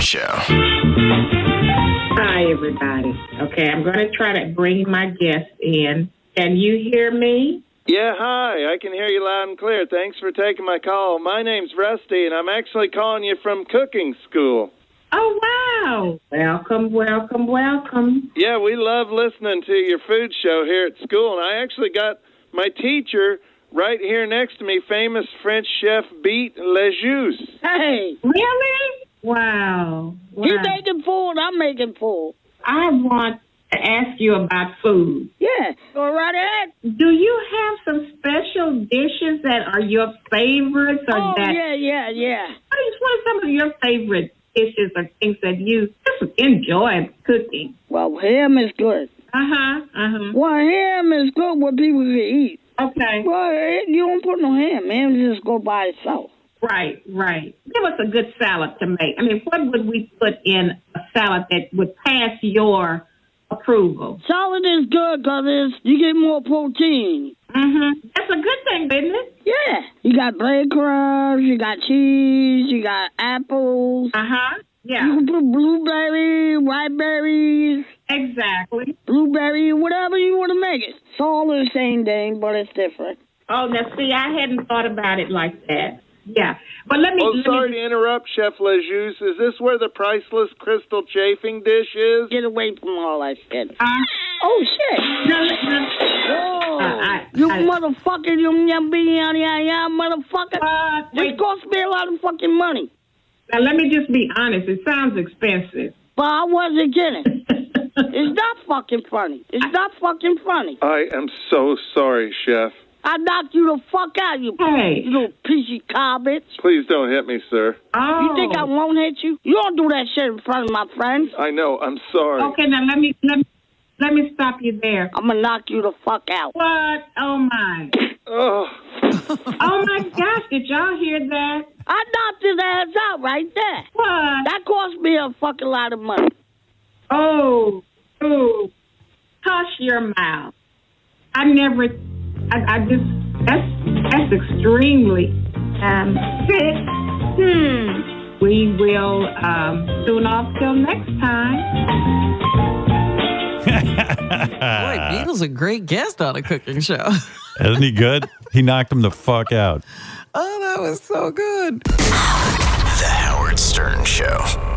show. Hi, everybody. Okay, I'm going to try to bring my guest in. Can you hear me? Yeah, hi. I can hear you loud and clear. Thanks for taking my call. My name's Rusty, and I'm actually calling you from cooking school. Oh, wow. Welcome, welcome, welcome. Yeah, we love listening to your food show here at school, and I actually got my teacher right here next to me, famous French chef Beat Lejeuse. Hey, Really? Wow. wow. you making food, I'm making food. I want to ask you about food. Yeah, go right ahead. Do you have some special dishes that are your favorites or Oh, that yeah, yeah, yeah. what is what are some of your favorite dishes or things that you just enjoy cooking? Well, ham is good. Uh-huh. Uh-huh. Well, ham is good what people can eat. Okay. Well, eh, you don't put no ham. Ham just go by itself. Right, right. Give us a good salad to make. I mean, what would we put in a salad that would pass your approval? Salad is good 'cause it's you get more protein. Mm-hmm. That's a good thing, isn't it? Yeah. You got bread crumbs, you got cheese, you got apples. Uh-huh. You Yeah, can put blueberry, white berries, exactly. blueberry, whatever you want to make it. It's all the same thing, but it's different. Oh, now see, I hadn't thought about it like that. Yeah, but let me. Oh, let sorry me, to interrupt, Chef Lejeuse. Is this where the priceless crystal chafing dish is? Get away from all that shit. uh, Oh, shit. no, let- no, Whoa. I- I- Oh, you I- motherfucker, you yum yum yum yum motherfucker. uh, this wait, cost me a lot of fucking money. now let me just be honest. It sounds expensive. But I wasn't kidding. It's not fucking funny. It's not fucking funny. I am so sorry, Chef. I knocked you the fuck out, you, hey, you little piece of car bitch. Please don't hit me, sir. oh, You think I won't hit you? You don't do that shit in front of my friends. I know. I'm sorry. Okay, now let me let me let me stop you there. I'm gonna knock you the fuck out. What? Oh my! Oh, Oh my gosh! Did y'all hear that? I knocked his ass out right there. What? That cost me a fucking lot of money. Oh, oh! Hush your mouth. I never. I, I just. That's that's extremely um sick. Hmm. We will um tune off till next time. Boy, Beatle's a great guest on a cooking show. Isn't he good? he knocked him the fuck out. oh, that was so good. The Howard Stern Show.